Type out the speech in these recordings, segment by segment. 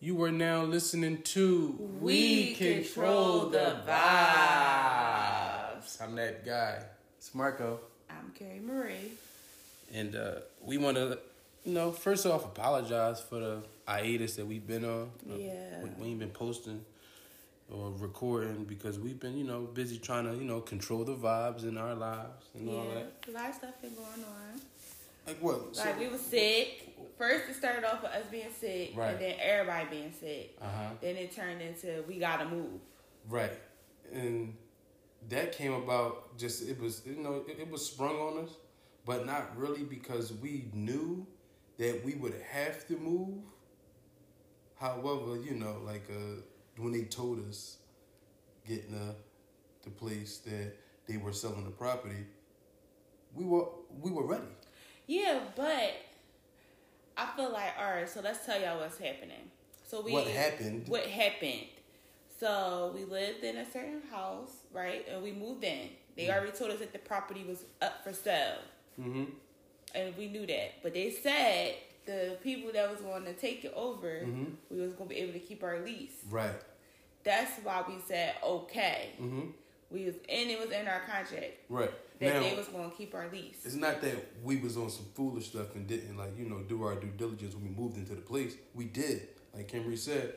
You are now listening to We Control the Vibes. I'm that guy. It's Marco. I'm Carrie Marie. And uh, we want to, you know, first off, apologize for the hiatus that we've been on. Uh, Yeah. We, we ain't been posting or recording because we've been, you know, busy trying to, you know, control the vibes in our lives and all Yeah, that. a lot of stuff been going on. Like what? So, Like we was sick. First, it started off with us being sick, Right. and then everybody being sick. uh-huh. Then it turned into we gotta move. Right. And that came about just it was you know it, it was sprung on us, but not really because we knew that we would have to move. However, you know, like uh when they told us getting uh the place that they were selling the property, we were we were ready. Yeah, but I feel like all right. So let's tell y'all what's happening. So we What happened? What happened? So we lived in a certain house, right? And we moved in. They Mm. already told us that the property was up for sale. Mm-hmm. and we knew that. But they said the people that was going to take it over, Mhm. we was going to be able to keep our lease. Right. That's why we said okay. Mm-hmm. We was and it was in our contract Right. that now, they was going to keep our lease. It's not that we was on some foolish stuff and didn't like you know do our due diligence when we moved into the place. We did, like Kimberly said,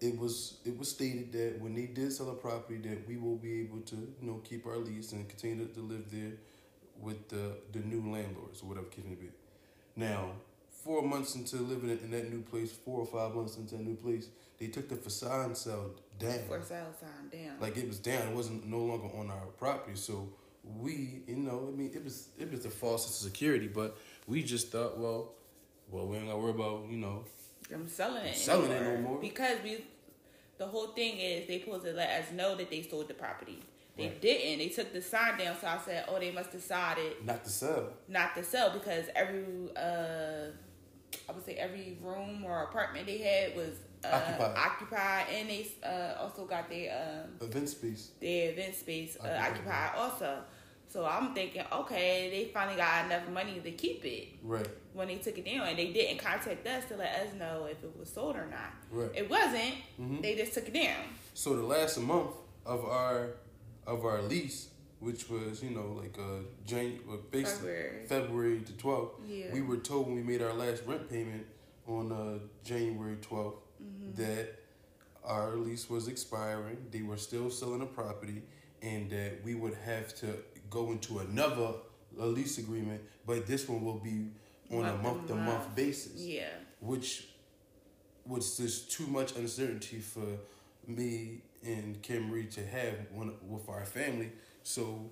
it was it was stated that when they did sell a property that we will be able to you know keep our lease and continue to, to live there with the the new landlords or whatever case may be. Now, four months into living in that new place, four or five months into that new place, they took the facade cell down For sale sign down. like it was down. It wasn't no longer on our property. So we, you know, I mean, it was it was a false sense of security, but we just thought, well, well, we ain't gotta worry about you know, I'm selling it. Selling it anymore. no more. because we. The whole thing is they supposed to let us know that they sold the property. They Right. didn't. They took the sign down, so I said, "Oh, they must decided not to sell. not to sell because every uh I would say every room or apartment they had was uh, Occupied. occupied. and they uh, also got their um Event space, their event space uh, Occupied. occupied also. So I'm thinking, okay, they finally got enough money to keep it right, when they took it down, and they didn't contact us to let us know if it was sold or not. right. It wasn't. Mhm. They just took it down. So the last month of our of our lease, which was you know like uh Jan, well, basically February. February the twelfth, Yeah. we were told when we made our last rent payment on uh January 12th that our lease was expiring. They were still selling the property, and that we would have to go into another uh, lease agreement, but this one will be on a month to month Month-to-month. basis yeah. which was just too much uncertainty for me and Kim Reed to have one, with our family. So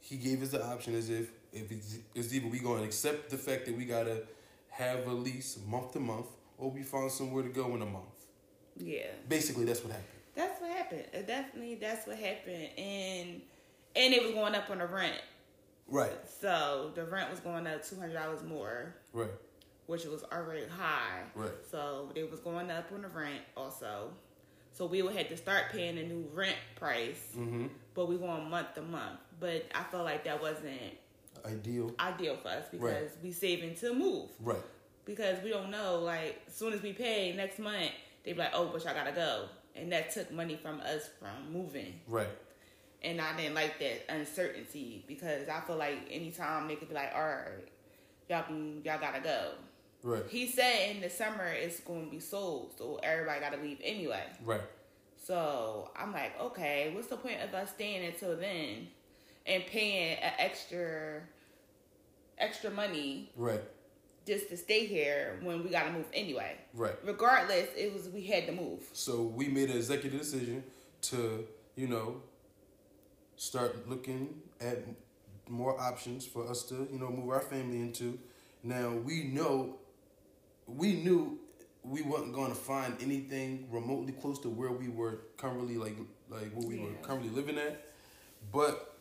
he gave us the option as if if it's, it's either we going to accept the fact that we gotta have a lease month to month, or we find somewhere to go in a month. Yeah. Basically, that's what happened. That's what happened. Uh, Definitely, that's what happened, and and it was going up on the rent. Right, So the rent was going up two hundred dollars more, right, which was already high. right, So it was going up on the rent also. So we would have to start paying a new rent price, mm-hmm. but we going month to month. But I felt like that wasn't ideal, ideal for us because Right. we saving to move right, because we don't know like as soon as we pay next month they be like oh but y'all gotta go and that took money from us from moving right, and I didn't like that uncertainty because I feel like anytime they could be like, all right, y'all can, y'all gotta go. right, He said in the summer it's gonna be sold, so everybody gotta leave anyway. right, So I'm like, okay, what's the point of us staying until then and paying an extra extra money right, just to stay here when we gotta move anyway? right. Regardless, it was we had to move. So we made an executive decision to, you know, start looking at more options for us to, you know, move our family into. Now we know, we knew we wasn't going to find anything remotely close to where we were currently, like, like where we were Yeah. currently living at, but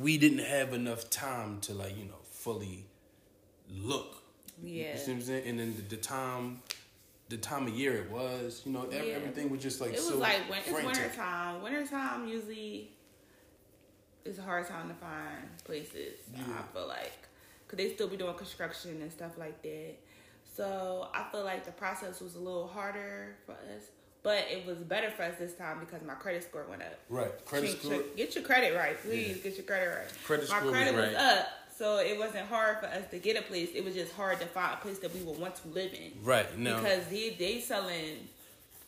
we didn't have enough time to, like, you know, fully look Yeah. you see what I'm saying? And then the, the time, the time of year it was, you know, ev- Yeah. everything was just like it was so like when it's frantic. winter time. Winter time usually is a hard time to find places. Yeah. I feel like because they still be doing construction and stuff like that. So I feel like the process was a little harder for us, but it was better for us this time because my credit score went up. Right. Credit Change- score. Get your credit right, please. Get your credit right. Credit my score was credit was, right. up, so it wasn't hard for us to get a place. It was just hard to find a place that we would want to live in. Right. No. Because they they selling.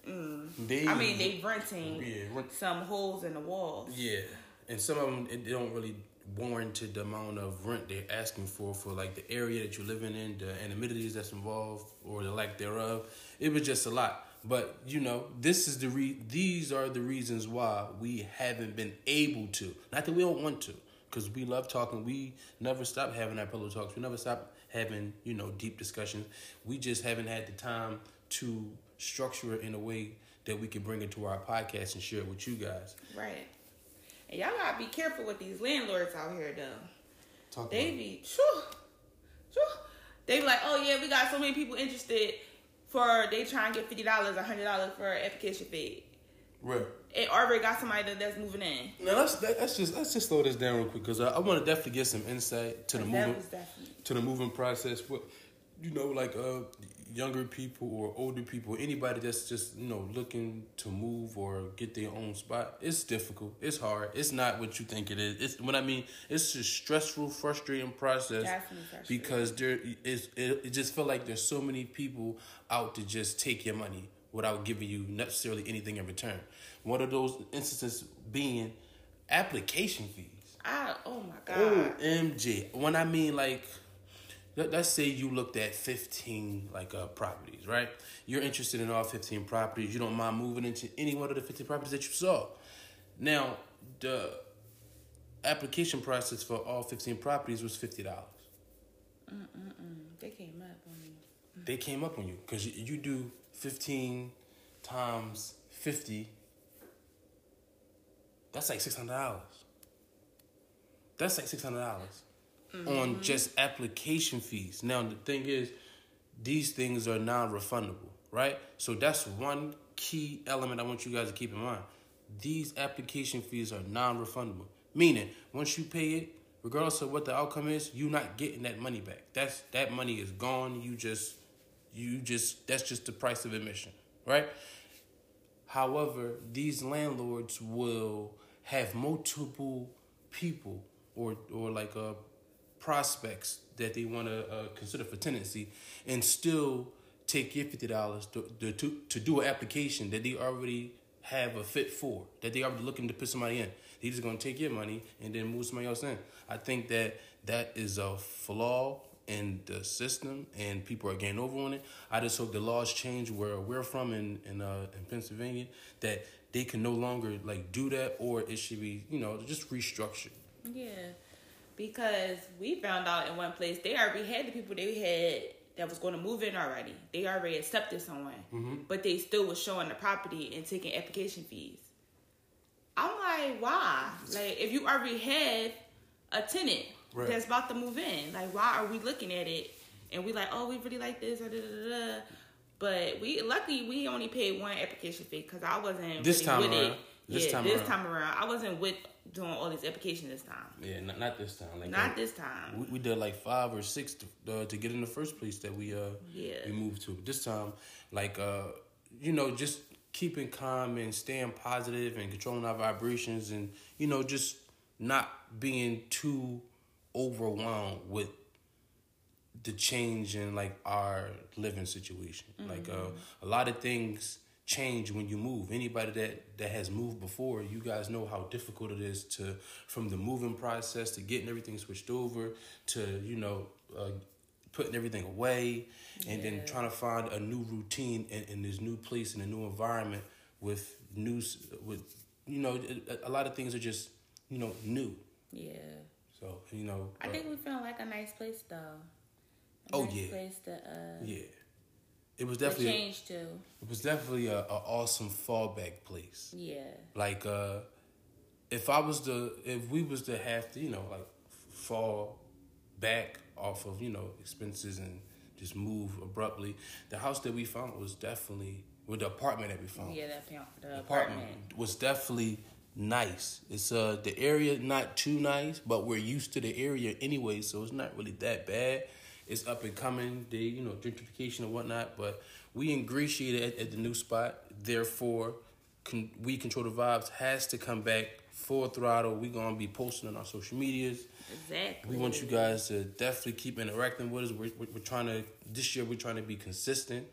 They, I mean, they renting Yeah, rent- some holes in the walls. Yeah, and some of them it don't really warrant to the amount of rent they're asking for for like the area that you're living in, the amenities that's involved, or the lack thereof. It was just a lot. But you know, this is the re- these are the reasons why we haven't been able to. Not that we don't want to, because we love talking. We never stop having our pillow talks. We never stop having you know deep discussions. We just haven't had the time to structure it in a way that we could bring it to our podcast and share it with you guys. Right. And y'all gotta be careful with these landlords out here though. Uh-huh. talk They about- be shoo, shoo. They be like, oh yeah, we got so many people interested for they try and get fifty dollars, hundred dollars for an application fee. right. It already got somebody that, that's moving in. Now let's that, let's just let's just slow this down real quick because I, I want to definitely get some insight to the that movement was definitely to the moving process. What you know, like uh, younger people or older people, anybody that's just you know looking to move or get their own spot. It's difficult. It's hard. It's not what you think it is. It's what I mean. It's a stressful, frustrating process Definitely frustrating. because there is it, it just feel like there's so many people out to just take your money without giving you necessarily anything in return. One of those instances being application fees. I oh my god. OMG. When I mean like, let, let's say you looked at 15 like uh, properties, right? You're interested in all 15 properties. You don't mind moving into any one of the 15 properties that you saw. Now, the application process for all 15 properties was $50. They came up on me. they came up on you because you, you do 15 times 50 that's like $600 that's like $600 dollars on just application fees now the thing is these things are non-refundable right so that's one key element i want you guys to keep in mind these application fees are non-refundable meaning once you pay it regardless of what the outcome is you're not getting that money back that's that money is gone you just you just that's just the price of admission right However, these landlords will have multiple people or or like uh, prospects that they want to uh, consider for tenancy, and still take your fifty dollars to, to to to do an application that they already have a fit for that they already looking to put somebody in. They just gonna take your money and then move somebody else in. I think that that is a flaw in the system and people are getting over on it. I just hope the laws change where we're from in in, uh, in Pennsylvania that they can no longer like do that or it should be you know just restructured. Yeah, because we found out in one place they already had the people they had that was going to move in already. They already accepted someone, but they still was showing the property and taking application fees. I'm like, why? Like, if you already had a tenant Right. that's about to move in, like, why are we looking at it? And we like, oh, we really like this, or da da da. da. But we luckily we only paid one application fee because I wasn't This really time with around. it. This yeah, time this around. time around, I wasn't with doing all these applications this time. Yeah, not, not this time. Like Not uh, this time. We, we did like five or six to, uh, to get in the first place that we uh Yeah. we moved to. This time, like uh, you know, just keeping calm and staying positive and controlling our vibrations and you know just not being too overwhelmed with the change in like our living situation. Mm-hmm. Like uh, a lot of things change when you move. Anybody that that has moved before, you guys know how difficult it is to from the moving process to getting everything switched over to you know uh, putting everything away and then trying to find a new routine in, in this new place in a new environment with new s- with you know a, a lot of things are just you know new. Yeah. So you know I uh, think we found like a nice place though. A Oh, nice yeah. place to uh yeah. It was to definitely change to. It was definitely a, a awesome fallback place. Yeah. Like, uh, if I was to, if we was to have to, you know, like f- fall back off of, you know, expenses and just move abruptly, the house that we found was definitely, with the apartment that we found, Yeah, that pound the Oh. apartment. apartment. was definitely nice. It's uh the area not too nice, but we're used to the area anyway, so it's not really that bad. It's up and coming. They, you know, gentrification and whatnot. But we ingratiated at, at the new spot. Therefore, con- we control the vibes has to come back full throttle. We gonna be posting on our social medias. Exactly. We want you guys to definitely keep interacting with us. We're, we're, we're trying to this year. We're trying to be consistent.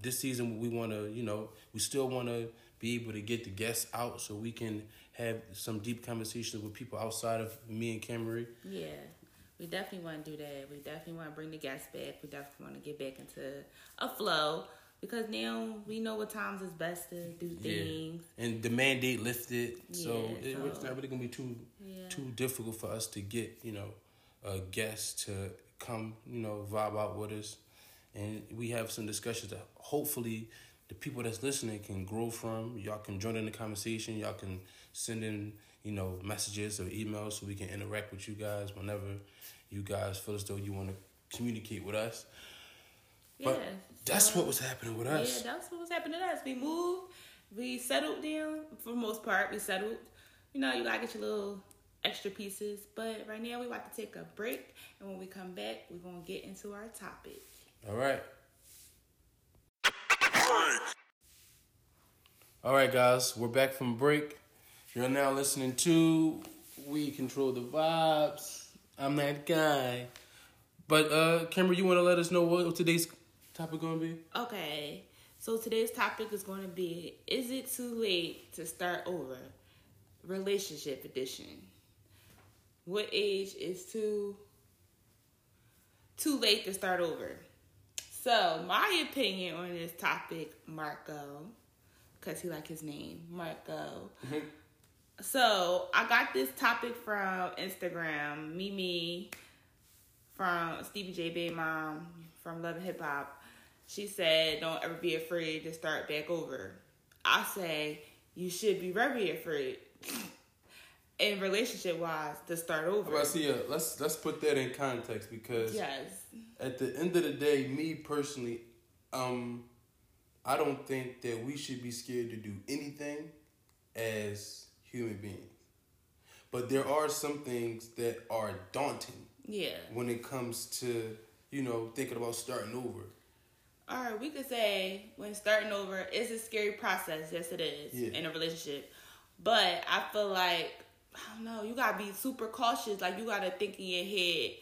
This season, we want to you know we still want to be able to get the guests out so we can have some deep conversations with people outside of me and Camry. Yeah, we definitely want to do that. We definitely want to bring the gas back. We definitely want to get back into a flow because now we know what times is best to do things. And the mandate lifted, so Yeah, it, it's so- not really gonna be too Yeah. too difficult for us to get you know a guest to come you know vibe out with us, and we have some discussions that hopefully the people that's listening can grow from. Y'all can join in the conversation. Y'all can send in you know messages or emails so we can interact with you guys whenever you guys feel as though you want to communicate with us. Yeah, But that's so- what was happening with us. Yeah, that's what was happening to us. We moved, we settled down for the most part. We settled. You know, you gotta get your little extra pieces. But right now, we about to take a break, and when we come back, we're gonna get into our topic. All right. All right, guys, we're back from break. You're now listening to We Control the Vibes. I'm that guy. But uh Kimber, you want to let us know what today's topic going to be? Okay, so today's topic is going to be Is it too late to start over? Relationship edition. What age is too too late to start over? So my opinion on this topic, Marco, because he like his name, Marco. So I got this topic from Instagram, Mimi from Stevie J Bay Mom from Love and Hip Hop. She said, Don't ever be afraid to start back over. I say, You should be very afraid in relationship wise to start over. Well, I see. Uh, let's let's put that in context because Yes. at the end of the day, me personally, um, I don't think that we should be scared to do anything as human beings. But there are some things that are daunting Yeah. when it comes to you know thinking about starting over. All right, we could say when starting over is a scary process. Yes, it is Yeah. in a relationship, but I feel like I don't know. You gotta be super cautious. Like you gotta think in your head,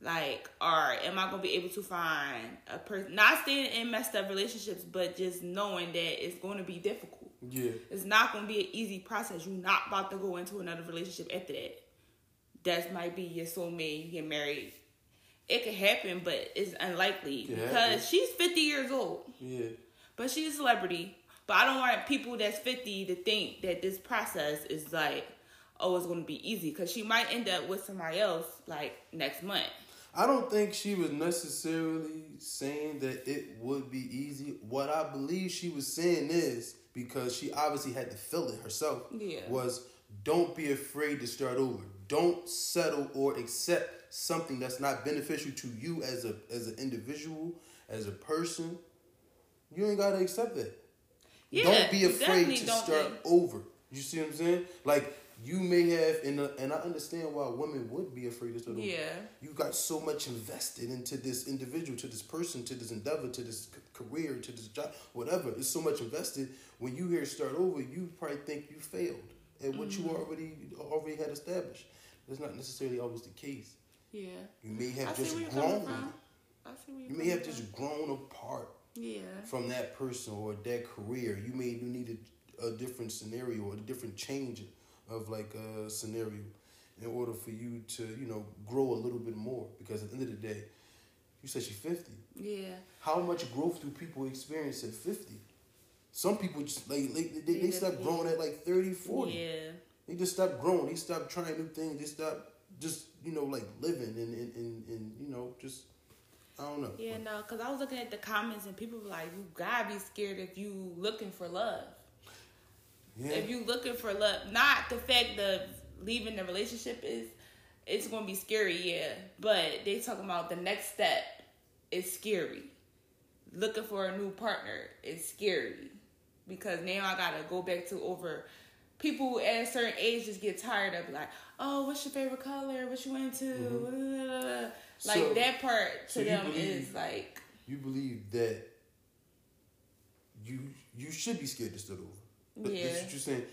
like, all right, am I gonna be able to find a person? Not staying in messed up relationships, but just knowing that it's gonna be difficult. Yeah, It's not gonna be an easy process. You're not about to go into another relationship after that. That might be your soulmate. You get married. It could happen, but it's unlikely Could happen. because she's 50 years old, yeah, but she's a celebrity. But I don't want people that's 50 to think that this process is like, oh, it's gonna be easy because she might end up with somebody else like next month. I don't think she was necessarily saying that it would be easy. What I believe she was saying is because she obviously had to feel it herself. Yeah. Was don't be afraid to start over. Don't settle or accept something that's not beneficial to you as a as an individual, as a person. You ain't gotta accept that. Yeah, don't be you afraid definitely to don't start be- over. You see what I'm saying? Like you may have, and uh, and I understand why women would be afraid to start over. Yeah. You got so much invested into this individual, to this person, to this endeavor, to this c- career, to this job, whatever. It's so much invested. When you hear start over, you probably think you failed at what Mm-hmm. you already already had established. That's not necessarily always the case. Yeah. You may have I see just where you're coming grown. from. I see where You you're may have coming just grown apart from. Yeah. from that person or that career. You may need a, a different scenario or a different change of like a scenario in order for you to, you know, grow a little bit more. Because at the end of the day, you said she's 50. Yeah. How much growth do people experience at 50? Some people just like, like they, they, Yeah, stop yeah. growing at like 30, 40. Yeah. They just stop growing. They stop trying new things. They stop just, you know, like living and, and, and, and you know, just, I don't know. Yeah, no, because I was looking at the comments and people were like, you gotta be scared if you looking for love. Yeah. If you looking for love, not the fact of leaving the relationship is, it's gonna be scary, yeah. But they talking about the next step is scary. Looking for a new partner is scary because now I gotta go back to over. People at a certain age just get tired of like, oh, what's your favorite color? What you into? Like Mm-hmm. So- that part to so you them believe- is like You believe that you you should be scared to start over. But yeah. That's what you're saying.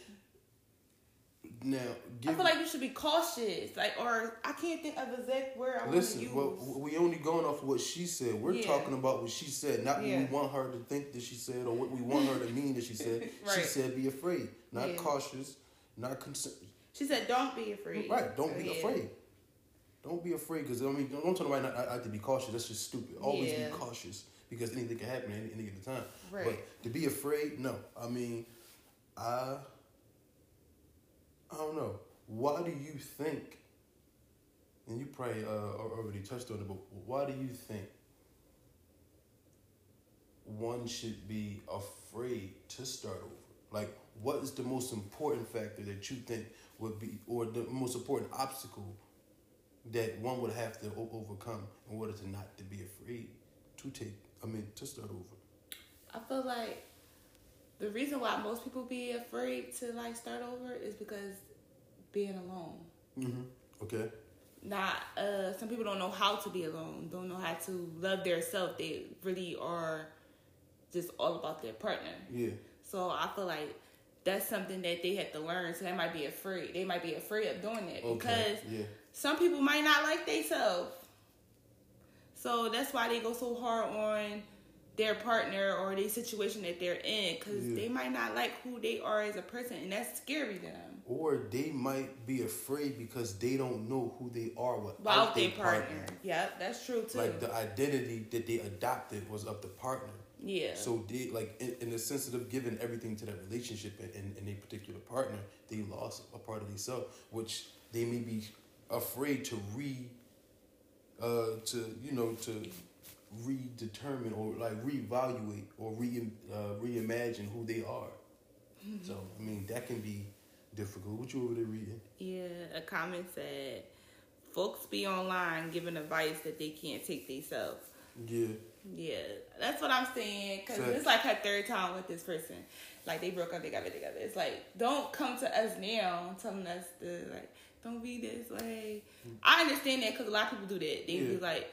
Now, I give, feel like you should be cautious, like or I can't think of exact word I want to listen. use. Well, we only going off what she said. We're Yeah. talking about what she said, not Yeah. what we want her to think that she said or what we want her to mean that she said. She Right. said, "Be afraid, not Yeah. cautious, not concerned." she said, "Don't be afraid." Right? Don't be Yeah. afraid. Don't be afraid, because I mean, don't, don't tell nobody not, not, not to be cautious. That's just stupid. Always Yeah. be cautious because anything can happen at any, any given time. Right. But to be afraid, no. I mean, I I don't know. Why do you think? And you probably uh, al- already touched on it, but why do you think one should be afraid to start over? Like, what is the most important factor that you think would be, or the most important obstacle that one would have to o- overcome in order to not to be afraid to take? I mean, to start over. I feel like the reason why most people be afraid to like start over is because being alone. Mm-hmm. Okay. Not uh some people don't know how to be alone, don't know how to love their self. They really are just all about their partner. Yeah. So I feel like that's something that they have to learn. So they might be afraid. They might be afraid of doing it Okay. because yeah. some people might not like themselves. So that's why they go so hard on their partner or their situation that they're in because Yeah. they might not like who they are as a person, and that's scary to them. Or they might be afraid because they don't know who they are without, Without their their partner. Yep, that's true too. Like the identity that they adopted was of the partner. yeah. So they like in, in the sense of giving everything to that relationship and, and, and a particular partner, they lost a part of themselves, which they may be afraid to re uh to you know to redetermine or like reevaluate or re uh, reimagine who they are. So I mean that can be difficult. What you over there reading? yeah, a comment said, "Folks be online giving advice that they can't take themselves." Yeah. Yeah, that's what I'm saying. Cause Facts. it's like her third time with this person. Like they broke up, they got back together. It's like don't come to us now telling us to like don't be this way. I understand that because a lot of people do that. They Yeah. be like,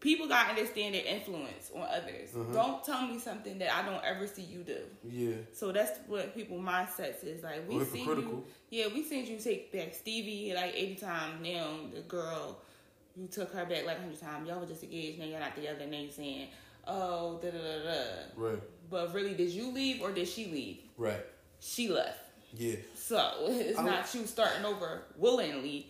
people gotta understand their influence on others. Mhm. Don't tell me something that I don't ever see you do. Yeah. So that's what people mindsets is like. We Or seen hypocritical. you, yeah, we seen you take back Stevie like eighty times. Now the girl, you took her back like hundred times. Y'all were just engaged. Now y'all not together. Now you saying, oh, da da da da. Right. But really, did you leave or did she leave? Right. She left. Yeah. So it's I- not you starting over willingly.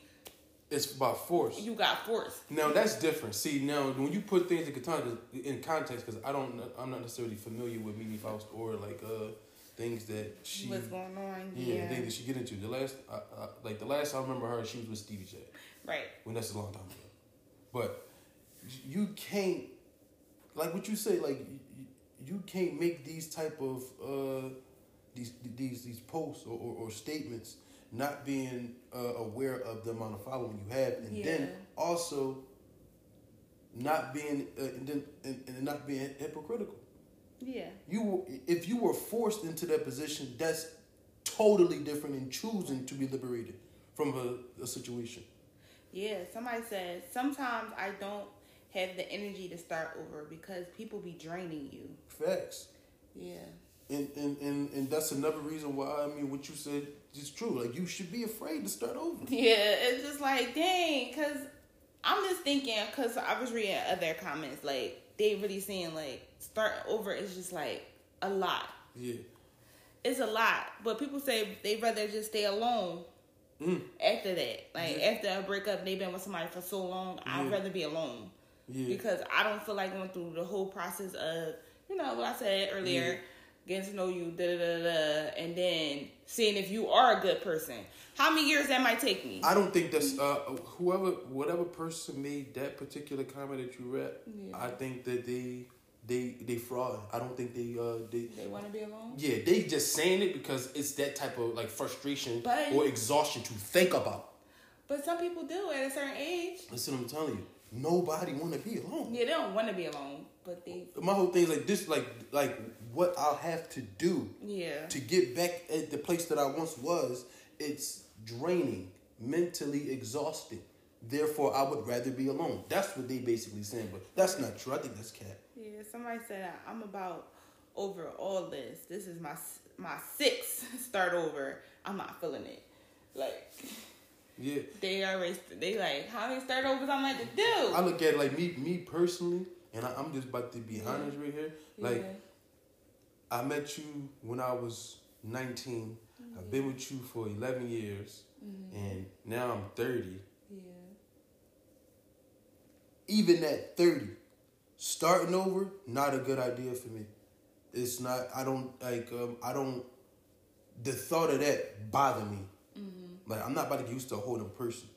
It's by force. You got forced. Now that's different. See, now when you put things in context, in context, because I don't, I'm not necessarily familiar with Mimi Faust or like uh things that she, What's going on? yeah, Yeah. things that she get into. The last, I, I, like the last I remember her, she was with Stevie J. Right. When that's a long time ago, but you can't, like what you say, like you, you can't make these type of uh these these these posts or, or, or statements not being uh, aware of the amount of following you have, and then Yeah. also not being uh, and, then, and, and not being hypocritical. Yeah. You were, if you were forced into that position, that's totally different than choosing to be liberated from a, a situation. Yeah, somebody says sometimes I don't have the energy to start over because people be draining you. Facts. Yeah. And, and, and, and that's another reason why I mean what you said is true. Like you should be afraid to start over. Yeah, it's just like, dang, cause I'm just thinking, cause I was reading other comments, like they really saying like start over is just like a lot. Yeah. It's a lot, but people say they rather just stay alone Mm. after that. Like Yeah. after a breakup, they've been with somebody for so long. I'd Yeah. rather be alone Yeah. because I don't feel like going through the whole process of you know what I said earlier, getting to know you, da da da da, and then seeing if you are a good person. How many years that might take me? I don't think that's uh, whoever, whatever person made that particular comment that you read. Yeah. I think that they, they, they fraud. I don't think they, uh, they, They want to be alone. yeah, they just saying it because it's that type of like frustration But- or exhaustion to think about. But some people do at a certain age. Listen, I'm telling you, nobody want to be alone. Yeah, they don't want to be alone, but they My whole thing is like this, like, like what I'll have to do yeah to get back at the place that I once was. It's draining, mentally exhausting. Therefore, I would rather be alone. That's what they basically saying, but that's not true. I think that's cat. Yeah, somebody said I'm about over all this. This is my my sixth start over. I'm not feeling it. Like Yeah, they already they like how many start overs I'm like to do. I look at it like me, me personally, and I, I'm just about to be honest right here. Like Yeah. I met you when I was 19. I've been with you for 11 years, and now I'm 30. yeah, Even at 30, starting over, not a good idea for me. It's not. I don't like. Um, I don't. The thought of that bother me. Like I'm not about to get used to a whole new person.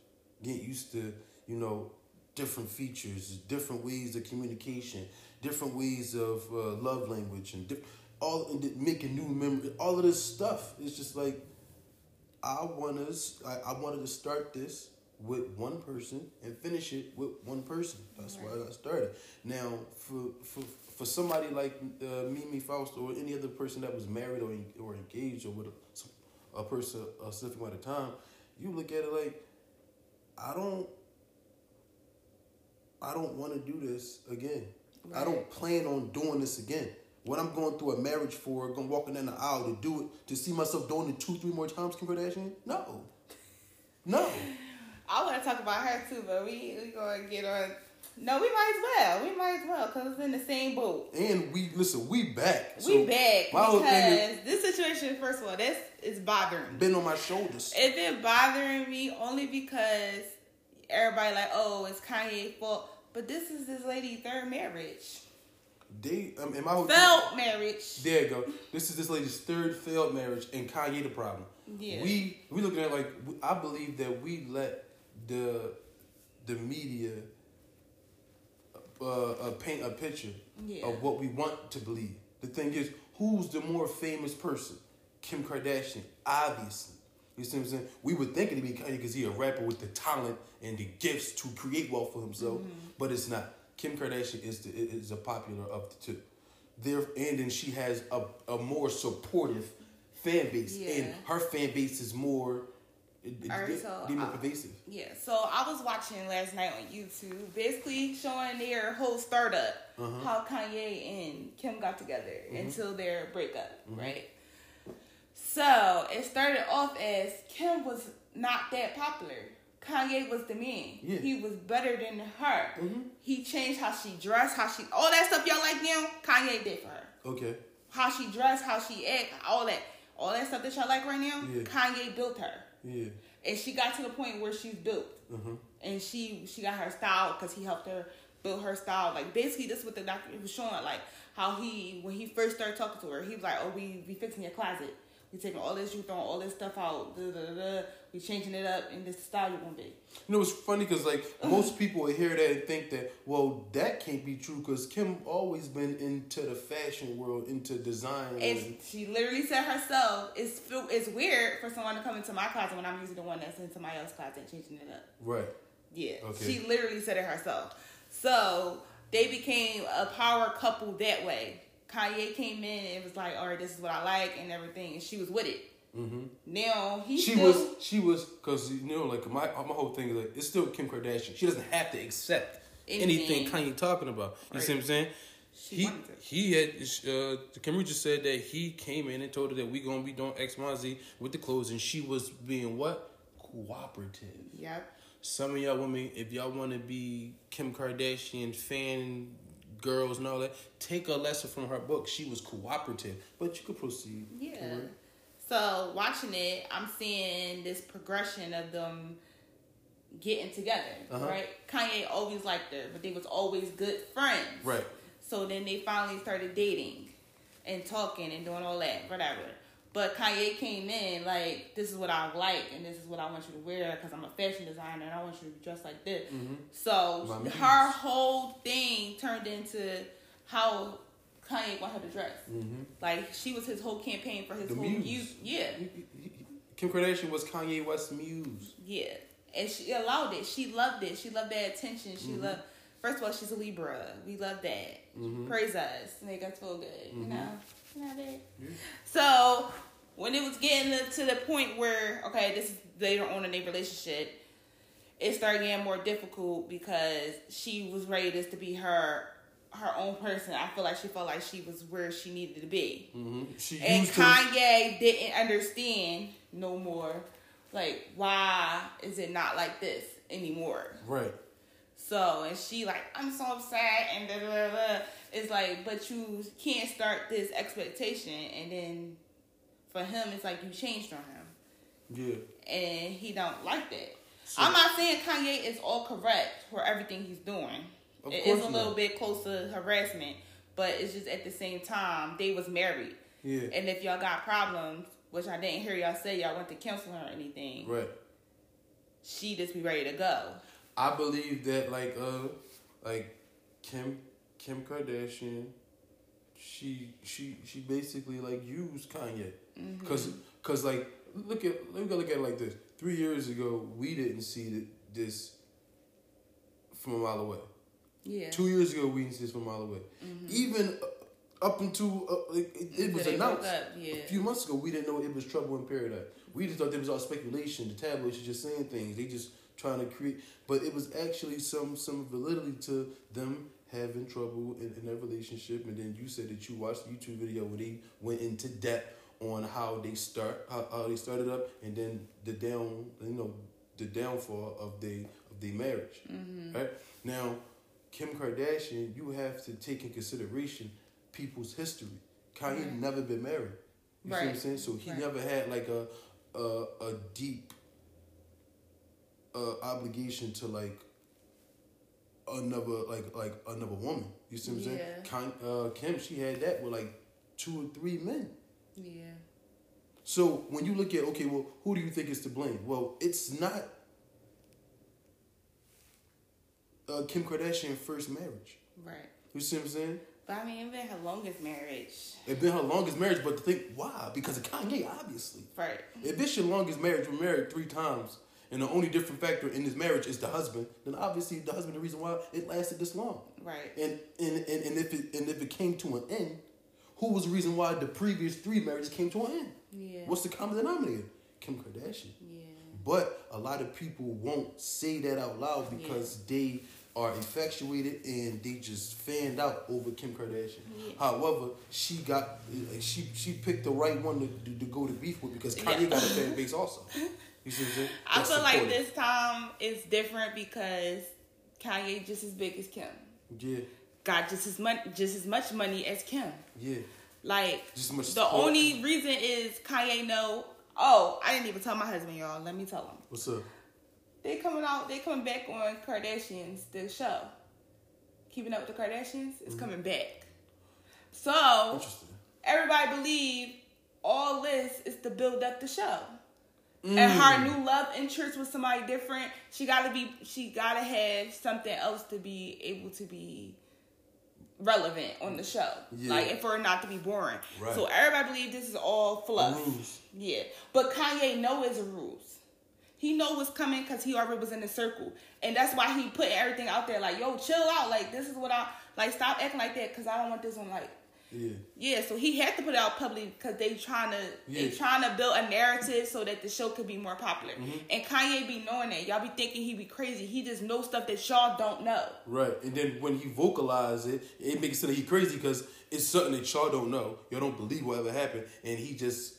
Get used to you know different features, different ways of communication, different ways of uh, love language, and diff- all and th- making new memories. All of this stuff. It's just like I want us. I, I wanted to start this with one person and finish it with one person. That's why I started. Now for for. For somebody like uh, Mimi Faust or any other person that was married or, en- or engaged or with a, some a person a specific amount of time, you look at it like, I don't, I don't want to do this again. I don't plan on doing this again. What I'm going through a marriage for, going walking down the aisle to do it, to see myself doing it two, three more times, Kim Kardashian? No, no. I want to talk about her too, but we we gonna get on. No, we might as well. We might as well because it's in the same boat. And we listen, we back. So we back My whole thing because this situation. First of all, this is bothering me. is been on my shoulders. It's been bothering me only because everybody like, oh, it's Kanye's fault. But this is this lady' third marriage, They um, and my whole thing- failed marriage. There you go. This is this lady's third failed marriage, and Kanye the problem. Yeah. We we looking at it like we- I believe that we let the the media uh, uh, paint a picture Yeah. of what we want to believe. The thing is, who's the more famous person? Kim Kardashian, obviously. You see what I'm saying? We would think it'd be Kanye because he a rapper with the talent and the gifts to create wealth for himself, Mm-hmm. but it's not. Kim Kardashian is the i- is a popular of the two. There and then she has a, a more supportive fan base, and Yeah. her fan base is more it- it- Alright, they- so, they more uh, pervasive. Yeah, so I was watching last night on YouTube, basically showing their whole startup, Uh-huh. how Kanye and Kim got together Mm-hmm. until their breakup, right? So it started off as Kim was not that popular. Kanye was the man. Yeah. Mm-hmm. He was better than her. He changed how she dressed, how she all that stuff y'all like now. Kanye did for her. Okay, How she dressed, how she act, all that, all that stuff that y'all like right now. Yeah. Kanye built her yeah, and she got to the point where she's built, and she she got her style because he helped her build her style. Like basically, this is what the doctor was showing, like how he when he first started talking to her, he was like, "Oh, we we fixing your closet, we taking all this, you throwing all this stuff out, da, da, da, da. we changing it up, and this is the style you're gonna be." you know it's funny because like most people will hear that and think that well that can't be true because Kim always been into the fashion world, into design. And she literally said herself, "It's fe- it's weird for someone to come into my closet when I'm usually the one that's in somebody else's closet and changing it up." right, Yeah. Okay. She literally said it herself. So they became a power couple that way. Kanye came in and was like, all right, this is what I like and everything. And she was with it. Mm-hmm. Now he she still, was she was because you know like my my whole thing is like it's still Kim Kardashian. She doesn't have to accept anything, Anything. Kanye talking about. You see Right. what I'm saying? She he wanted to. he had uh Kimmy just said that he came in and told her that we gonna be doing X Y Z with the clothes and she was being what cooperative. Yep. Some of y'all women, if y'all want to be Kim Kardashian fan girls and all that, take a lesson from her book. She was cooperative. But you could proceed. Yeah. Kimberly. So watching it, I'm seeing this progression of them getting together, Uh-huh. right? Kanye always liked her, but they was always good friends. Right. So then they finally started dating and talking and doing all that, whatever. But Kanye came in like, this is what I like and this is what I want you to wear because I'm a fashion designer and I want you to dress like this. Mm-hmm. So My her means. whole thing turned into how Kanye wanted her to dress. Mm-hmm. Like she was his whole campaign for his Mm. The whole muse. youth. Yeah, Kim Kardashian was Kanye West's muse. yeah. And she allowed it. She loved it. She loved that attention. She loved. First of all, she's a Libra. We love that. Praise us. Make us feel good. You know. You know that. So when it was getting to the point where okay, this is later on in their relationship, it started getting more difficult because she was raised to be her her own person. I feel like she felt like she was where she needed to be, Mm-hmm. She and used to Kanye didn't understand no more. Like, why is it not like this anymore? right. So, and she like, I'm so upset, and da da da. da. It's like, but you can't start this expectation, and then for him, it's like you changed on him Yeah. and he don't like that. So- I'm not saying Kanye is all correct for everything he's doing. Of It is a course little not. bit close to harassment, but it's just at the same time they was married, Yeah. and if y'all got problems, which I didn't hear y'all say y'all went to counseling or anything, Right. she just be ready to go. I believe that like uh like Kim Kim Kardashian she she she basically like used Kanye Mm-hmm. because cause like look at we gotta look at it like this three years ago we didn't see th- this from a mile away Yeah, Mm-hmm. two years ago we didn't see this from a mile away even uh, up until uh, like, it, it was They broke announced up, yeah. a few months ago we didn't know it was trouble in paradise we just thought it was all speculation the tabloids are just saying things they just trying to create but it was actually some some validity to them having trouble in, in their relationship and then you said that you watched the youtube video where they went into depth on how they start how, how they started up and then the down you know the downfall of the of the marriage Mm-hmm. right now kim kardashian you have to take in consideration people's history kanye never been married you see what i'm Mm-hmm. Right. saying so he Right. never had like a a, a deep uh, obligation to like another like like another woman. You see what I'm Yeah. saying? Con- uh, Kim, she had that with like two or three men. yeah, So when you look at okay, well, who do you think is to blame? Well, it's not uh, Kim Kardashian first marriage. right. You see what I'm saying? But I mean, even her longest marriage, It been her longest marriage, but think why? Because of Kanye, obviously. right? If it's your longest marriage, we're married three times, and the only different factor in this marriage is the husband, then obviously the husband the reason why it lasted this long. Right. And and, and, and if it and if it came to an end, who was the reason why the previous three marriages came to an end? Yeah. What's the common denominator? Kim Kardashian. Yeah. But a lot of people won't say that out loud because they are infatuated and they just fanned out over Kim Kardashian. Yeah. However, she got like, she she picked the right one to, to, to go to beef with because Kanye Yeah. got a fan base also. You see what I'm saying? I That's feel like supportive. this time is different because Kanye just as big as Kim. Yeah, got just as much just as much money as Kim. yeah, Like Just as much the support. only reason is Kanye know. Oh, I didn't even tell my husband, y'all. Let me tell him. what's up? They coming out. They coming back on Kardashians the show. Keeping up with the Kardashians is coming back. So Interesting. everybody believe all this is to build up the show. And Mm. her new love interest was somebody different. She gotta be she gotta have something else to be able to be relevant on the show. Yeah. Like and for it not to be boring. Right. So everybody believe this is all fluff. Rules. Yeah. But Kanye know his rules. He know what's coming because he already was in the circle, and that's why he putting everything out there. Like, yo, chill out. Like, this is what I like. Stop acting like that because I don't want this on like Yeah, yeah, so he had to put it out publicly because they trying to they Yeah. trying to build a narrative so that the show could be more popular. And Kanye be knowing that y'all be thinking he be crazy. He just know stuff that y'all don't know. right. And then when he vocalized it, it makes it sound like he crazy because it's something that y'all don't know, y'all don't believe whatever happened, and he just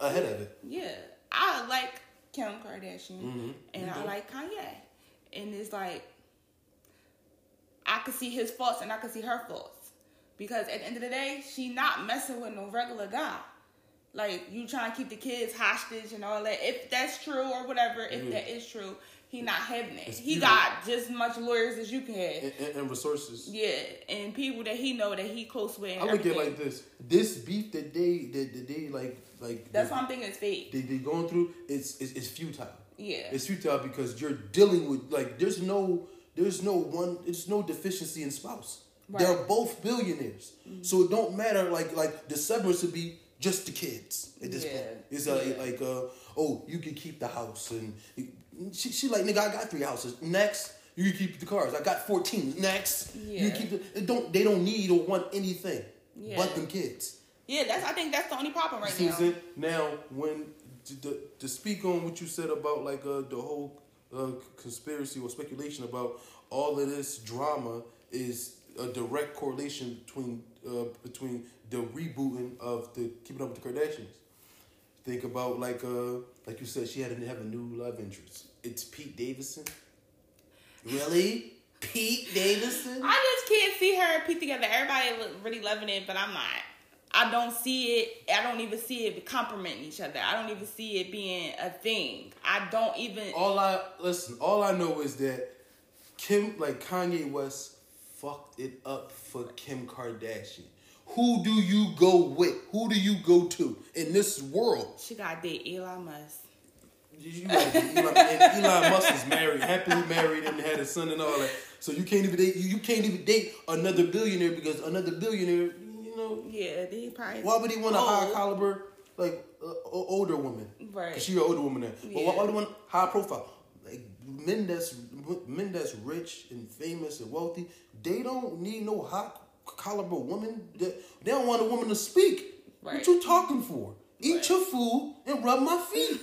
ahead of it. Yeah, I like Kim Kardashian and Mm-hmm. You I do. like Kanye, and it's like I could see his faults and I could see her faults because at the end of the day, she not messing with no regular guy. Like you trying to keep the kids hostage and all that. If that's true or whatever, if Yeah. that is true, he not having it. Mm-hmm. It's he you. got just as much lawyers as you can have. And, and, and resources. yeah, and people that he know that he close with. And I look at it everything. like this: this beef that they that, that they like like That's they, what I'm thinking is fake. they, they going through. It's, it's it's futile. Yeah. It's futile because you're dealing with like there's no there's no one there's no deficiency in spouse. Right. Mm-hmm. They're both billionaires, so it don't matter. Like like the severance would be just the kids at this Yeah. point. It's uh, Yeah. like uh oh you can keep the house and she she like nigga I got three houses next. You can keep the cars. I got fourteen. Next, you Yeah. keep the. It don't they don't need or want anything Yeah. but them kids. yeah, that's I think that's the only problem right now. Susan, now when to, to, to speak on what you said about like uh, the whole uh, conspiracy or speculation about all of this drama is a direct correlation between uh, between the rebooting of the Keeping Up with the Kardashians. Think about like uh like you said, she had to have a new love interest. It's Pete Davidson. Really, Pete Davidson? I just can't see her and Pete together. Everybody look really loving it, but I'm not. I don't see it. I don't even see it complimenting each other. I don't even see it being a thing. I don't even. All I listen, all I know is that Kim, like Kanye West, fucked it up for Kim Kardashian. Who do you go with? Who do you go to in this world? She got date Elon Musk. You gotta be Elon, and Elon Musk is married, happily married, and had a son and all that. So you can't even date you, you can't even date another billionaire because another billionaire, you know, Yeah, they probably. why would he want a high Oh. caliber like uh, o- older woman? Right. 'Cause she an older woman now. But why Yeah. why the one high profile? Like men that's men that's rich and famous and wealthy, they don't need no high caliber woman. They, they don't want a woman to speak. What Right. you talking for? Eat Right. your food and rub my feet.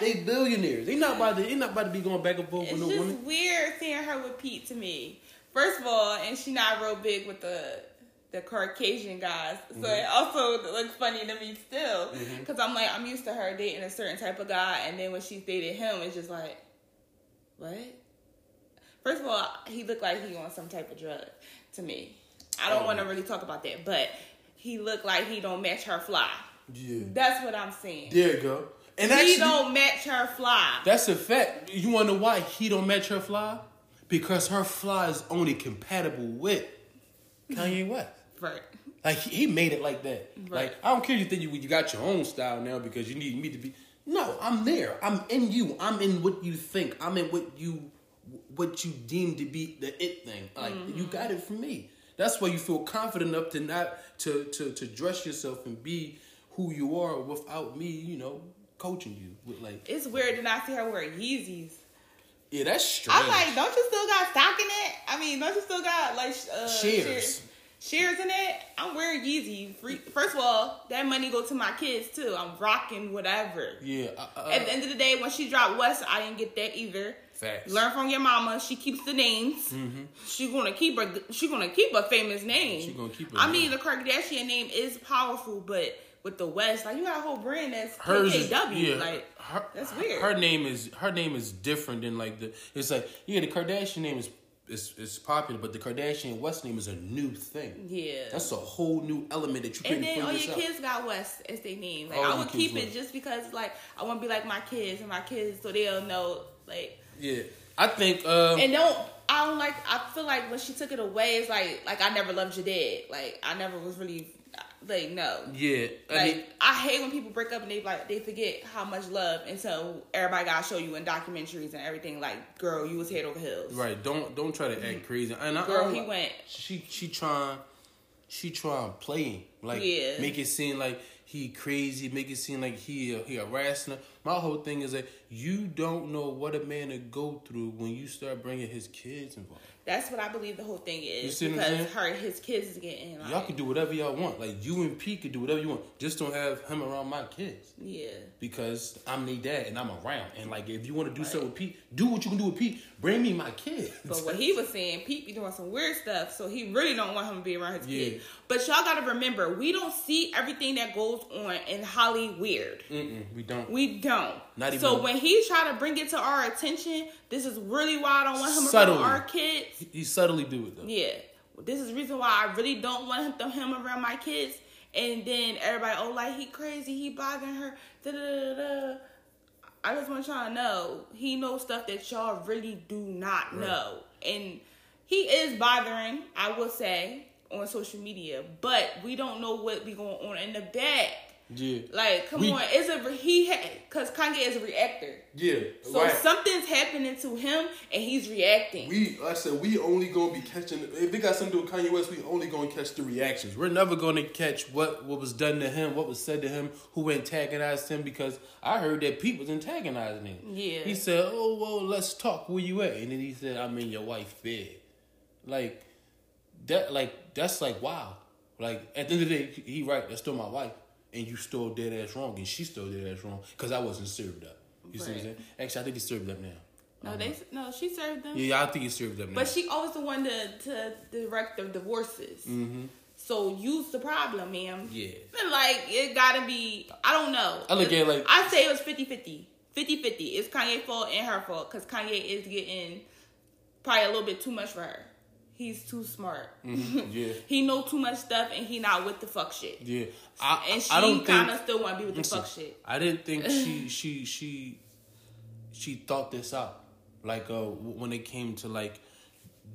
they billionaires. They not about to. They not about to be going back and forth It's with no just woman. weird seeing her with Pete to me. First of all, and she not real big with the the Caucasian guys, Mm-hmm. so it also looks funny to me still. Because I'm like, I'm used to her dating a certain type of guy, and then when she's dated him, it's just like, what? First of all, he looked like he on some type of drug to me. I don't Oh. want to really talk about that, but he looked like he don't match her fly. Yeah. That's what I'm saying. There you go. And he actually, don't match her fly. That's a fact. You wanna know why he don't match her fly? Because her fly is only compatible with Kanye West. Right. Like he, he made it like that. Right. Like I don't care you think you you got your own style now because you need me to be. No, I'm there. I'm in you. I'm in what you think. I'm in what you what you deem to be the it thing. Like Mm-hmm. you got it from me. That's why you feel confident enough to not to to to dress yourself and be who you are without me. You know, coaching you with like It's weird to not see her wear Yeezys. yeah, that's strange. I'm like, don't you still got stock in it? I mean, don't you still got like sh- uh, Shares. shares shares in it? I'm wearing Yeezy. Free- First of all, that money go to my kids too. I'm rocking whatever. yeah, uh, uh, At the end of the day, when she dropped West, I didn't get that either. facts. Learn from your mama. She keeps the names. She gonna keep her. She gonna keep a famous name. Mm-hmm. She gonna keep her I name. mean, the Kardashian name is powerful, but with the West, like you got a whole brand that's hers is KKW. yeah, Like her, that's weird. Her name is her name is different than like the. It's like yeah, the Kardashian name is is is popular, but the Kardashian West name is a new thing. yeah, That's a whole new element that you couldn't And then figure all out. your kids got West as their name. Like All I your would kids keep West. it just because like I want to be like my kids and my kids so they'll know like Yeah, I think. Um, and don't I don't like I feel like when she took it away it's like like I never loved your dad. Like I never was really like no. yeah, I mean, Like I hate when people break up and they like they forget how much love and so everybody gotta show you in documentaries and everything like girl you was head over heels. right. Don't don't try to act crazy. And I, Girl, I- he went. She she trying. She trying playing like Yeah. make it seem like he crazy, make it seem like he he harassing her. My whole thing is that you don't know what a man to go through when you start bringing his kids involved. That's what I believe the whole thing is You see what I'm because saying? her his kids is getting like Y'all can do whatever y'all want. Like you and Pete could do whatever you want. Just don't have him around my kids yeah. because I'm their dad and I'm around. And like if you want to do something with Pete, do what you can do with Pete. Bring me my kids. But what he was saying, Pete be doing some weird stuff, so he really don't want him to be around his Yeah. kid. But y'all gotta remember, we don't see everything that goes on in Hollywood. Mm-mm, we don't. We don't. Not so even- when he try to bring it to our attention, this is really why I don't want him Subtly. around our kids. He subtly do it though. Yeah, this is the reason why I really don't want him, him around my kids. And then everybody, oh, like he crazy, he bothering her. Da, da, da, da. da." I just want y'all to know he knows stuff that y'all really do not know, and he is bothering. I will say on social media, but we don't know what be going on in the back. Yeah. Like, come We- on, it's a re- he had because Kanye is a reactor, Yeah. so something's happening to him and he's reacting. we like I said we only gonna be catching if it got something to do with Kanye West, we only gonna catch the reactions. We're never going to catch what, what was done to him, what was said to him, who antagonized him, because I heard that Pete was antagonizing him. Yeah. He said, Oh, well, let's talk. Where you at? And then he said, I'm in your wife's bed. Like, that, like that's like, wow. Like, at the end of the day, he right. That's still my wife. And you still dead ass wrong. And she still dead ass wrong because I wasn't served up. You see what I'm Right. saying? Actually, I think he's served up now. No, they no. She served them, Yeah, yeah, I think you served them. but now. she always the one to to direct the divorces. So use the problem, ma'am. Mm-hmm. Yeah. And, Like it gotta be. I don't know. I look at it like- I say it was 50-50. 50-50. It's Kanye fault and her fault because Kanye is getting probably a little bit too much for her. He's too smart. yeah. he know too much stuff and he not with the fuck shit. Mm-hmm. Yeah, I, And she I don't think. kind of still want to be with the listen, fuck shit. I didn't think she she she she thought this out. Like uh, w- when it came to like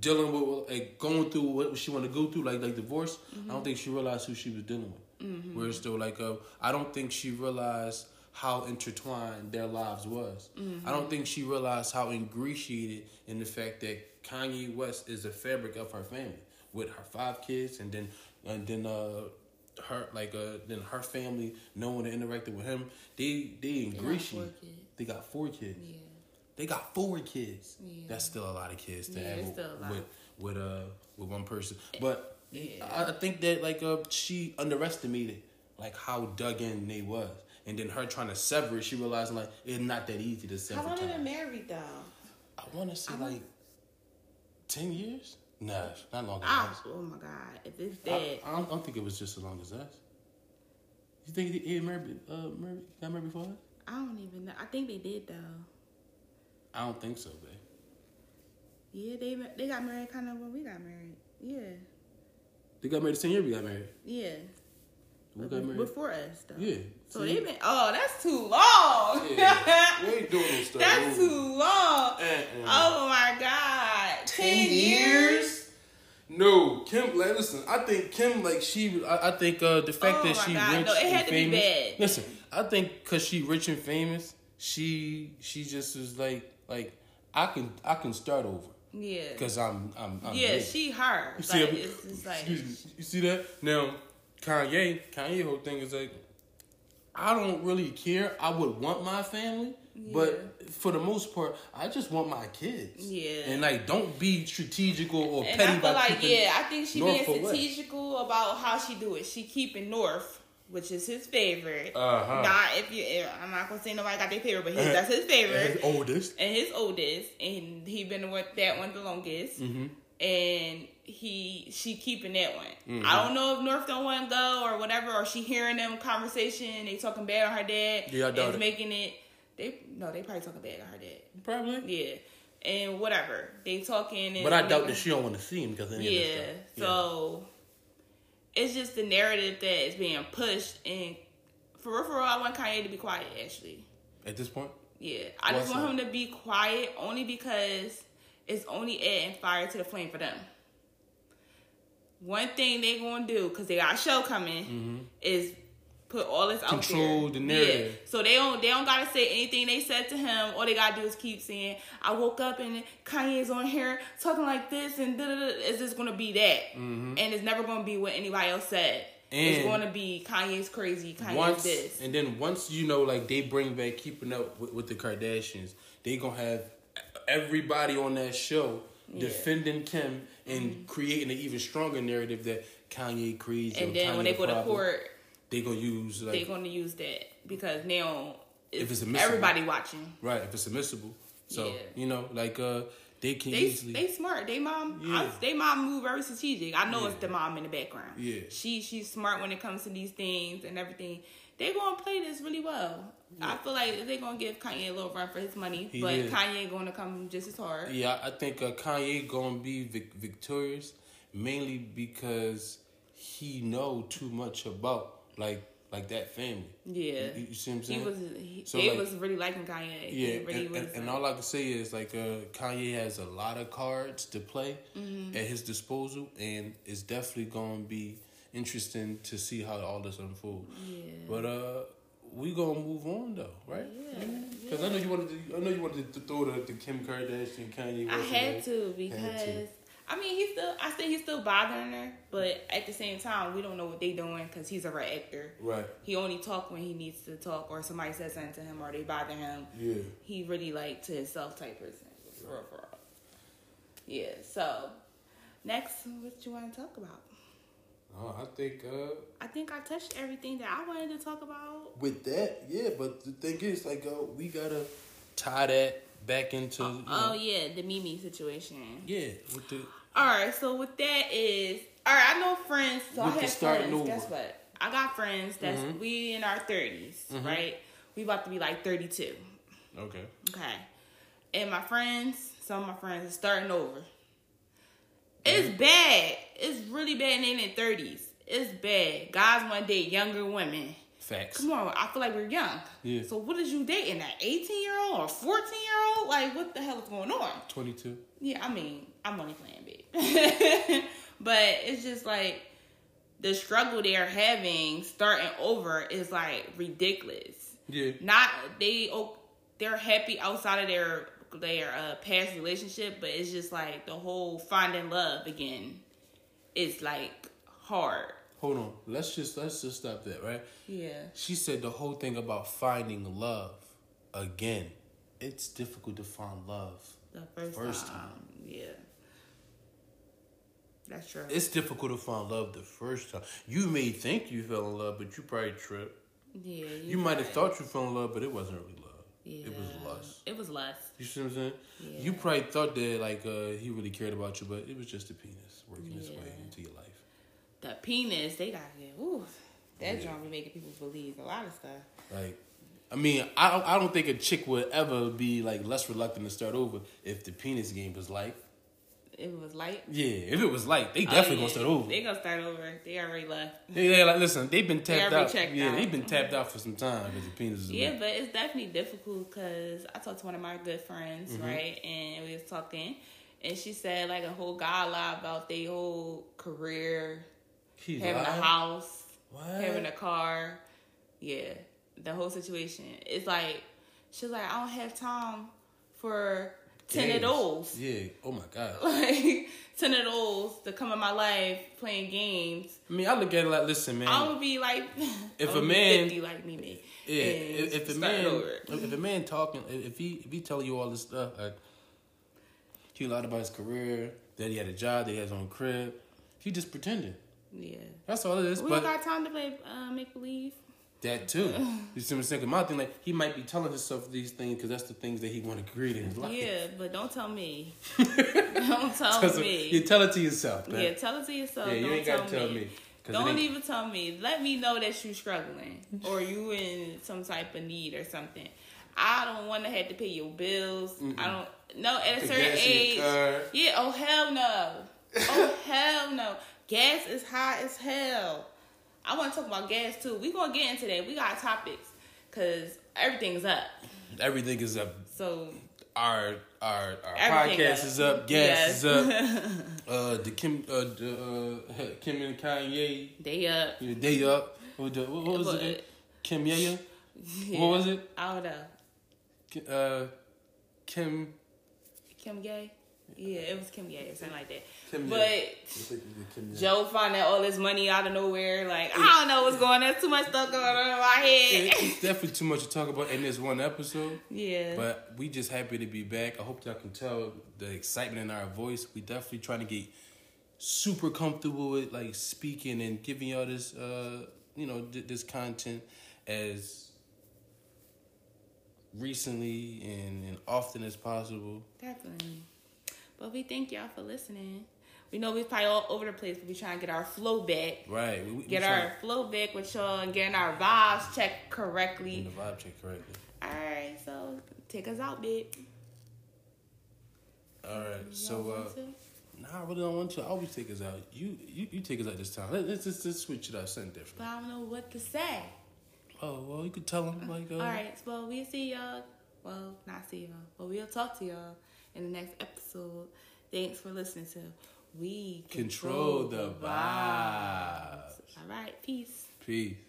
dealing with like going through what she want to go through, like like divorce. I don't think she realized who she was dealing with. Mm-hmm. Whereas though, like uh, I don't think she realized how intertwined their lives was. I Mm-hmm. don't think she realized how ingratiated in the fact that Kanye West is the fabric of her family with her five kids and then and then uh her like uh then her family no one interacted with him they they in Greasy four kids. they got four kids Yeah. they got four kids Yeah. that's still a lot of kids to Yeah, have it's with, still a lot. with with uh with one person but Yeah. I, I think that like uh she underestimated like how dug in they was and then her trying to sever it she realized like it's not that easy to sever How long they been ties. married though? I want to say like ten years no not longer than Oh, that. oh my god! If it's I, that, I, don't, I don't think it was just as long as us. You think he, he married, uh, married, got married before us? I don't even know. I think they did though. I don't think so, babe. Yeah, they they got married kind of when we got married. Yeah, They got married the same year we got married. yeah. We got married. Before us though. Yeah. So See? they been. Oh, that's too long. Yeah. we ain't doing no stuff. that's we- too long. Uh-uh. Oh my god! Ten, years. No, Kim. Like, listen, I think Kim. Like, like she, I, I think uh, the fact Oh that my she God, rich no, it and had to be famous. bad. Listen, I think because she rich and famous, she she just was like like I can I can start over Yeah. because I'm I'm, I'm yeah, rich. she her. uh, You Like, see, I'm- it's just like excuse me, you see that now? Kanye, Kanye whole thing is like, I don't really care. I would want my family, but for the most part, I just want my kids. Yeah. and like, don't be strategical or And petty I feel by like, keeping- yeah, I think she North being for what? strategical about how she do it. She keeping North, which is his favorite. Uh-huh. Not if you, eh, I'm not gonna say nobody got their favorite, but his, that's his favorite, And oldest. and his oldest, and he been with that one the longest, Mm-hmm. and he she keeping that one. Mm-hmm. I don't know if North don't want to go or whatever, or she hearing them conversation, they talking bad on her dad, Yeah, I doubt and it. making it. They no, they probably talking bad on her dad. Probably. Yeah, and whatever they talking. And But I doubt that she don't want to see him because of any of yeah, this stuff. so it's just the narrative that is being pushed, and for real, for real, I want Kanye to be quiet. Actually, Yeah. at this point, yeah, I just Why want so? him to be quiet only because it's only adding fire to the flame for them. One thing they gonna do because they got a show coming is put all this out Mm-hmm. Control there. the narrative. Yeah. So they don't they don't gotta say anything they said to him. All they gotta do is keep saying, "I woke up and Kanye's on here talking like this," and da da da. It's just gonna be that, and it's never gonna be what anybody else said. it's Mm-hmm. And- gonna be Kanye's crazy, Kanye's once this. and then once you know, like they bring back keeping up with, with the Kardashians, they gonna have everybody on that show Yeah. Mm-hmm. defending Kim and creating an even stronger narrative that Kanye crazy. or and then when Kanye they go to problem, court. they gonna use like they're going to use that because now it's, If it's admissible. everybody watching. right if it's admissible. So Yeah. you know, like uh, they can They easily they smart. They mom Yeah. I, they mom move very strategic. I know Yeah. it's the mom in the background. Yeah. she she's smart when it comes to these things and everything. They gonna play this really well. I feel like they gonna give Kanye a little run for his money, He but did. Kanye gonna come just as hard. Yeah, I think uh, Kanye gonna be vic- victorious mainly because he know too much about like like that family. Yeah. you, you see what I'm He saying? was he, So, they like- was really liking Kanye. yeah, They really and, and, was and like- all I can say is like uh, Kanye has a lot of cards to play Mm-hmm. at his disposal, and it's definitely gonna be interesting to see how all this unfolds. Yeah. But uh, we gonna move on though, right? Mm-hmm. Yeah, cause I know you wanted. To, I know you wanted to throw the, the Kim Kardashian Kanye. I West away. had to because to. I mean he's still I say he's still bothering her, but at the same time we don't know what they doing because he's a red actor. Right. He only talk when he needs to talk, or somebody says something to him, or they bother him. Yeah. He really like to himself type person. For real, for real. Yeah. So next, what you want to talk about? Oh, I think. uh I think I touched everything that I wanted to talk about. with that, yeah. But the thing is, like, uh, we gotta Tie that back into. Um, you Oh know, yeah, the Mimi situation. yeah, with the All right, so what that is, all right, I know friends. So With I the have starting friends. over. Guess what? I got friends that's we in our 30s right? We about to be like thirty-two. okay. Okay, and my friends, some of my friends are starting over. It's bad. It's really bad. And they in their thirties. It's bad. Guys want to date younger women. Facts. Come on, I feel like we're young. Yeah. So what is you dating? An eighteen-year-old or fourteen-year-old? Like what the hell is going on? Twenty two. Yeah, I mean, I'm only playing big. but it's just like the struggle they're having starting over is like ridiculous. Yeah. Not they o- they're happy outside of their their uh, past relationship, but it's just like the whole finding love again is like hard. Hold on. Let's just let's just stop that, right? Yeah. She said the whole thing about finding love again. It's difficult to find love. The first, First time. Yeah. That's true. It's difficult to find love the first time. You may think you fell in love, but you probably tripped. yeah. You might have thought you fell in love, but it wasn't really love. yeah. It was lust. It was lust. You see what I'm saying? You Yeah. probably thought that like uh, he really cared about you, but it was just a penis working its way Yeah. into your life. the penis, they got it. Ooh, that Yeah. drama be making people believe a lot of stuff. Like, I mean, I don't- I don't think a chick would ever be like less reluctant to start over if the penis game was light. If it was light, Yeah, if it was light, they definitely Oh, yeah. gonna start over. They They, gonna start over. They already left. they like listen, they've been They tapped already out. checked Yeah, out. they've been tapped out for some time because the penis is Yeah, yeah. but it's definitely difficult because I talked to one of my good friends, Mm-hmm. right? And we was talking, and she said like a whole guy lie about their whole career, He having lied? a house, What? having a car, yeah, the whole situation. It's like she's like, I don't have time for ten Games. of those. Yeah. Oh my god. like ten of those to come in my life playing games. I mean, I look at it like, listen, man. I would be like, Mm. If I a would be man- 50 like me, me. Yeah, and if, if a start man, over. if if a man talking, if if he if he telling you all this stuff, like he lied about his career, that he had a job, that he has his own crib, he just pretending. yeah, That's all it is. we but don't got time to play uh, make believe. that too, you see what I'm saying? 'Cause my thing, like he might be telling himself these things because that's the things that he want to create in his life. Yeah, but don't tell me. don't tell That's what- you me. tell it to yourself, man. Yeah, tell it to yourself. Yeah, you don't ain't tell gotta tell me. 'cause it Don't ain't- even tell me. Let me know that you struggling or you in some type of need or something. I don't want to have to pay your bills. I don't. No, at a The certain gas in your age. car. Yeah. Oh hell no. Oh hell no. Gas is high as hell. I want to talk about gas too. We gonna get into that. We got topics because everything's up. Everything is up. So Our our our Everything podcast up. is up. Gas Yes. is up. Uh, the Kim uh, the, uh, Kim and Kanye they up. Yeah, Day Up. What, the, what, what was it? But- again? Kim Yaya? Yeah. What was it? I don't know. Ki- Uh, Kim. Kim Gay. Yeah, it was Kim Gay or something like that. Kim but. Gay. I think you did Kim Yang. Joe finding all this money out of nowhere. Like, I don't know what's going on. There's too much stuff going on in my It- head. It's definitely too much to talk about in this one episode, Yeah. but we just happy to be back. I hope y'all can tell the excitement in our voice. We definitely trying to get super comfortable with like speaking and giving y'all this, uh, you know, th- this content as recently and, and often as possible. Definitely. But we thank y'all for listening. We know we probably all over the place, but we trying to get our flow back. Right. We, we Get trying- our flow back with y'all and getting our vibes checked correctly. and the vibe check correctly. All right, so take us out, babe. All right. Y'all So. uh want to? Nah, I really don't want to. I always take us out. You you, you take us out this time. Let, let's just let's switch it up, something but different. I don't know what to say. Oh well, you could tell them like. Uh, All right, well, we'll see y'all. Well, not see y'all, but we'll talk to y'all in the next episode. Thanks for listening to We Control the Vibes. vibes. All right, peace. Peace.